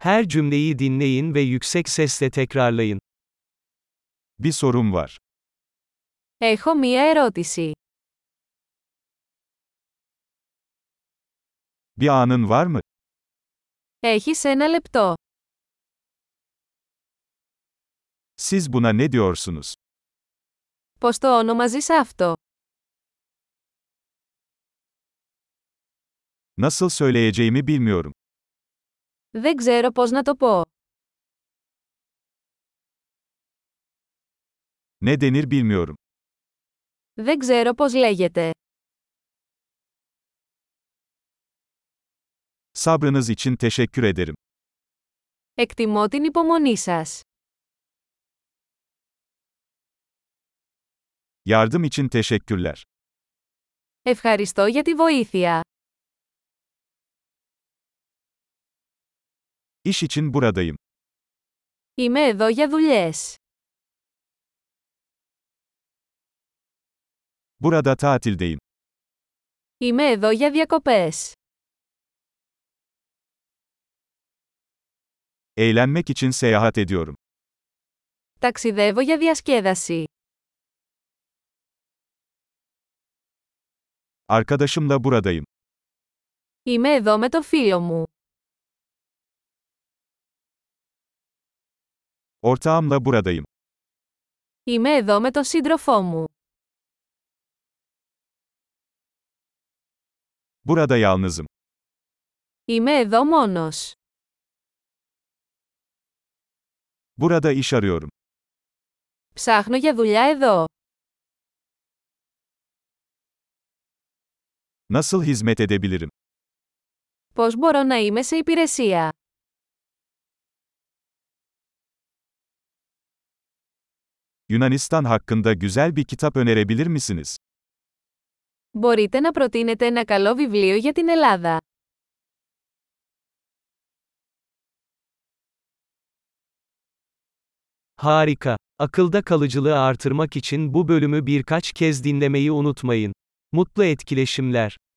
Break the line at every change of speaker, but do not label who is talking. Her cümleyi dinleyin ve yüksek sesle tekrarlayın.
Bir sorum var.
Έχω μία ερώτηση.
Bir anın var mı?
Έχεις ένα λεπτό.
Siz buna ne diyorsunuz?
Πώς το όνομαζεις αυτό?
Nasıl söyleyeceğimi bilmiyorum.
Δεν ξέρω πώς να το πω.
Ne denir bilmiyorum.
Δεν ξέρω πώς λέγεται.
Sabrınız için teşekkür ederim.
Εκτιμώ την υπομονή σας.
Yardım için teşekkürler.
Ευχαριστώ για τη βοήθεια.
İş için buradayım.
Είμαι εδώ για δουλειές.
Burada tatildeyim.
Είμαι εδώ για διακοπές.
Eğlenmek için seyahat ediyorum.
Ταξιδεύω για διασκέδαση.
Arkadaşımla buradayım.
Είμαι εδώ με το φίλο μου.
Ortağımla buradayım.
Είμαι εδώ με τον σύντροφό μου.
Burada yalnızım.
Είμαι εδώ μόνος.
Burada iş arıyorum.
Ψάχνω για δουλειά εδώ.
Nasıl hizmet edebilirim?
Πώς μπορώ να είμαι σε υπηρεσία.
Yunanistan hakkında güzel bir kitap önerebilir misiniz?
Μπορείτε να προτείνετε ένα καλό βιβλίο για την Ελλάδα.
Harika. Akılda kalıcılığı artırmak için bu bölümü birkaç kez dinlemeyi unutmayın. Mutlu etkileşimler.